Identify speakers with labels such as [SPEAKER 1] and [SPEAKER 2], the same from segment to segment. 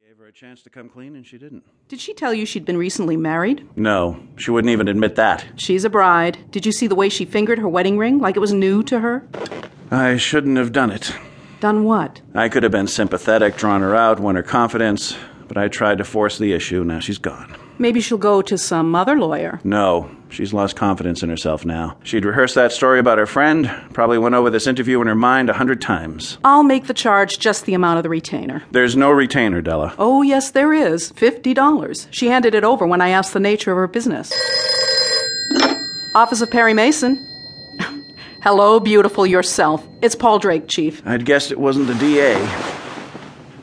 [SPEAKER 1] gave her a chance to come clean, and she didn't.
[SPEAKER 2] Did she tell you she'd been recently married?
[SPEAKER 1] No, she wouldn't even admit that.
[SPEAKER 2] She's a bride. Did you see the way she fingered her wedding ring like it was new to her?
[SPEAKER 1] I shouldn't have done it.
[SPEAKER 2] Done what?
[SPEAKER 1] I could have been sympathetic, drawn her out, won her confidence, but I tried to force the issue. Now she's gone.
[SPEAKER 2] Maybe she'll go to some other lawyer.
[SPEAKER 1] No, she's lost confidence in herself now. She'd rehearsed that story about her friend, probably went over this interview in her mind a hundred times.
[SPEAKER 2] I'll make the charge just the amount of the retainer.
[SPEAKER 1] There's no retainer, Della.
[SPEAKER 2] Oh, yes, there is. $50. She handed it over when I asked the nature of her business. Office of Perry Mason. Hello, beautiful yourself. It's Paul Drake, Chief.
[SPEAKER 1] I'd guessed it wasn't the DA.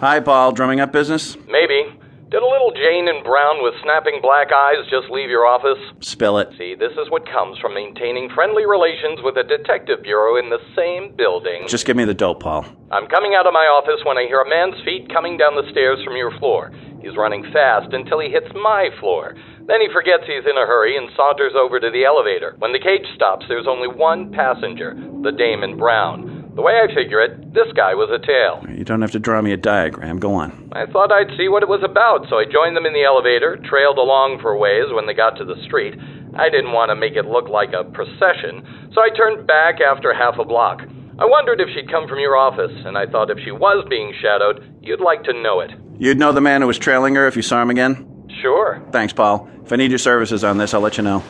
[SPEAKER 1] Hi, Paul. Drumming up business?
[SPEAKER 3] Maybe. Did a little Jane and Brown with snapping black eyes just leave your office?
[SPEAKER 1] Spill it.
[SPEAKER 3] See, this is what comes from maintaining friendly relations with a detective bureau in the same building.
[SPEAKER 1] Just give me the dope, Paul.
[SPEAKER 3] I'm coming out of my office when I hear a man's feet coming down the stairs from your floor. He's running fast until he hits my floor. Then he forgets he's in a hurry and saunters over to the elevator. When the cage stops, there's only one passenger, the dame in brown. The way I figure it, this guy was a tail.
[SPEAKER 1] You don't have to draw me a diagram. Go on.
[SPEAKER 3] I thought I'd see what it was about, so I joined them in the elevator, trailed along for a ways when they got to the street. I didn't want to make it look like a procession, so I turned back after half a block. I wondered if she'd come from your office, and I thought if she was being shadowed, you'd like to know it.
[SPEAKER 1] You'd know the man who was trailing her if you saw him again?
[SPEAKER 3] Sure.
[SPEAKER 1] Thanks, Paul. If I need your services on this, I'll let you know.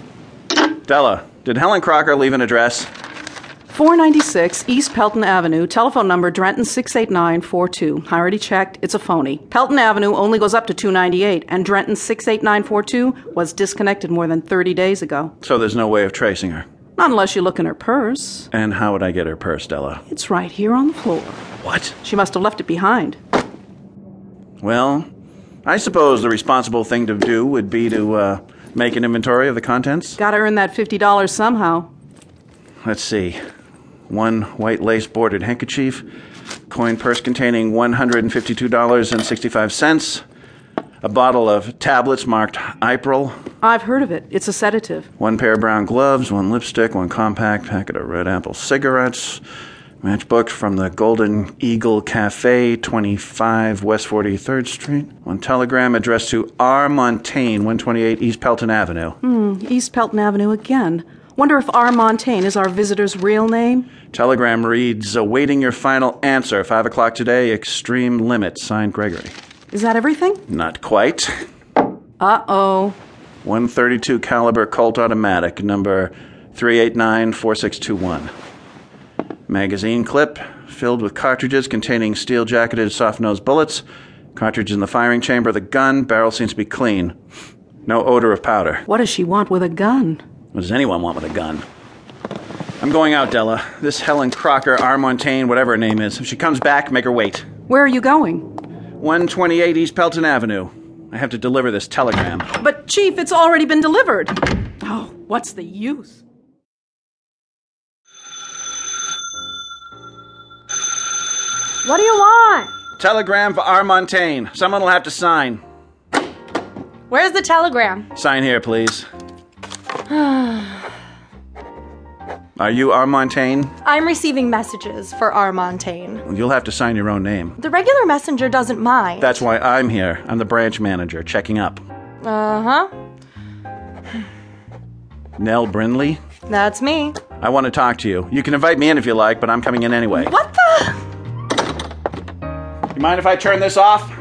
[SPEAKER 1] Della, did Helen Crocker leave an address?
[SPEAKER 2] 496 East Pelton Avenue, telephone number Drenton 68942. I already checked, it's a phony. Pelton Avenue only goes up to 298, and Drenton 68942 was disconnected more than 30 days ago.
[SPEAKER 1] So there's no way of tracing her.
[SPEAKER 2] Not unless you look in her purse.
[SPEAKER 1] And how would I get her purse, Della?
[SPEAKER 2] It's right here on the floor.
[SPEAKER 1] What?
[SPEAKER 2] She must have left it behind.
[SPEAKER 1] Well, I suppose the responsible thing to do would be to uh, make an inventory of the contents.
[SPEAKER 2] Gotta earn that $50 somehow.
[SPEAKER 1] Let's see. One white lace bordered handkerchief, coin purse containing $152.65, a bottle of tablets marked April,
[SPEAKER 2] I've heard of it. It's a sedative.
[SPEAKER 1] one pair of brown gloves, one lipstick, one compact packet of red apple cigarettes, matchbooks from the Golden Eagle Cafe, 25 West 43rd Street, one telegram addressed to R. Montaigne, 128 East Pelton Avenue.
[SPEAKER 2] East Pelton Avenue again. Wonder if R. Montaigne is our visitor's real name?
[SPEAKER 1] Telegram reads, awaiting your final answer. Five o'clock today, extreme limit. Signed, Gregory.
[SPEAKER 2] Is that everything?
[SPEAKER 1] Not quite.
[SPEAKER 2] Uh oh.
[SPEAKER 1] 132 caliber Colt automatic, number 3894621. Magazine clip filled with cartridges containing steel jacketed soft nosed bullets. Cartridge in the firing chamber of the gun. Barrel seems to be clean. No odor of powder.
[SPEAKER 2] What does she want with a gun?
[SPEAKER 1] What does anyone want with a gun? I'm going out, Della. This Helen Crocker, R. Montaigne, whatever her name is. If she comes back, make her wait.
[SPEAKER 2] Where are you going?
[SPEAKER 1] 128 East Pelton Avenue. I have to deliver this telegram.
[SPEAKER 2] But, Chief, it's already been delivered. Oh, what's the use?
[SPEAKER 4] What do you want?
[SPEAKER 1] Telegram for R. Montaigne. Someone will have to sign.
[SPEAKER 4] Where's the telegram?
[SPEAKER 1] Sign here, please. Are you R. Montaigne?
[SPEAKER 4] I'm receiving messages for R. Montaigne.
[SPEAKER 1] You'll have to sign your own name.
[SPEAKER 4] The regular messenger doesn't mind.
[SPEAKER 1] That's why I'm here. I'm the branch manager, checking up.
[SPEAKER 4] Uh huh.
[SPEAKER 1] Nell Brindley?
[SPEAKER 4] That's me.
[SPEAKER 1] I want to talk to you. You can invite me in if you like, but I'm coming in anyway.
[SPEAKER 4] What the?
[SPEAKER 1] You mind if I turn this off?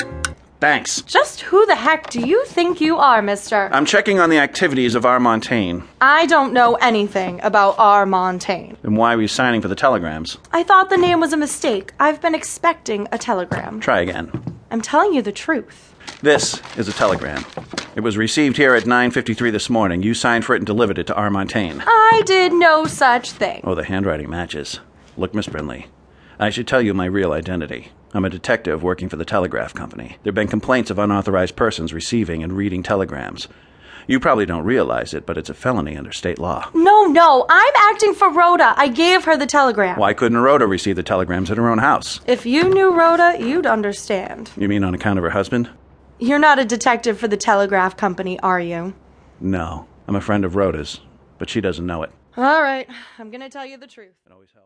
[SPEAKER 1] Thanks.
[SPEAKER 4] Just who the heck do you think you are, mister?
[SPEAKER 1] I'm checking on the activities of R. Montaigne
[SPEAKER 4] I don't know anything about R. Montaigne.
[SPEAKER 1] and why we're signing for the telegrams.
[SPEAKER 4] I thought the name was a mistake. I've been expecting a telegram.
[SPEAKER 1] Try again.
[SPEAKER 4] I'm telling you the truth.
[SPEAKER 1] This is a telegram. It was received here at 9:53 this morning. You signed for it and delivered it to R. Montaigne.
[SPEAKER 4] I did no such thing.
[SPEAKER 1] Oh, the handwriting matches. Look, Miss Brindley, I should tell you my real identity. I'm a detective working for the telegraph company. There've been complaints of unauthorized persons receiving and reading telegrams. You probably don't realize it, but it's a felony under state law.
[SPEAKER 4] No, no, I'm acting for Rhoda. I gave her the telegram.
[SPEAKER 1] Why couldn't Rhoda receive the telegrams at her own house?
[SPEAKER 4] If you knew Rhoda, you'd understand.
[SPEAKER 1] You mean on account of her husband?
[SPEAKER 4] You're not a detective for the telegraph company, are you?
[SPEAKER 1] No. I'm a friend of Rhoda's, but she doesn't know it.
[SPEAKER 4] All right, I'm gonna tell you the truth.
[SPEAKER 1] It always helps.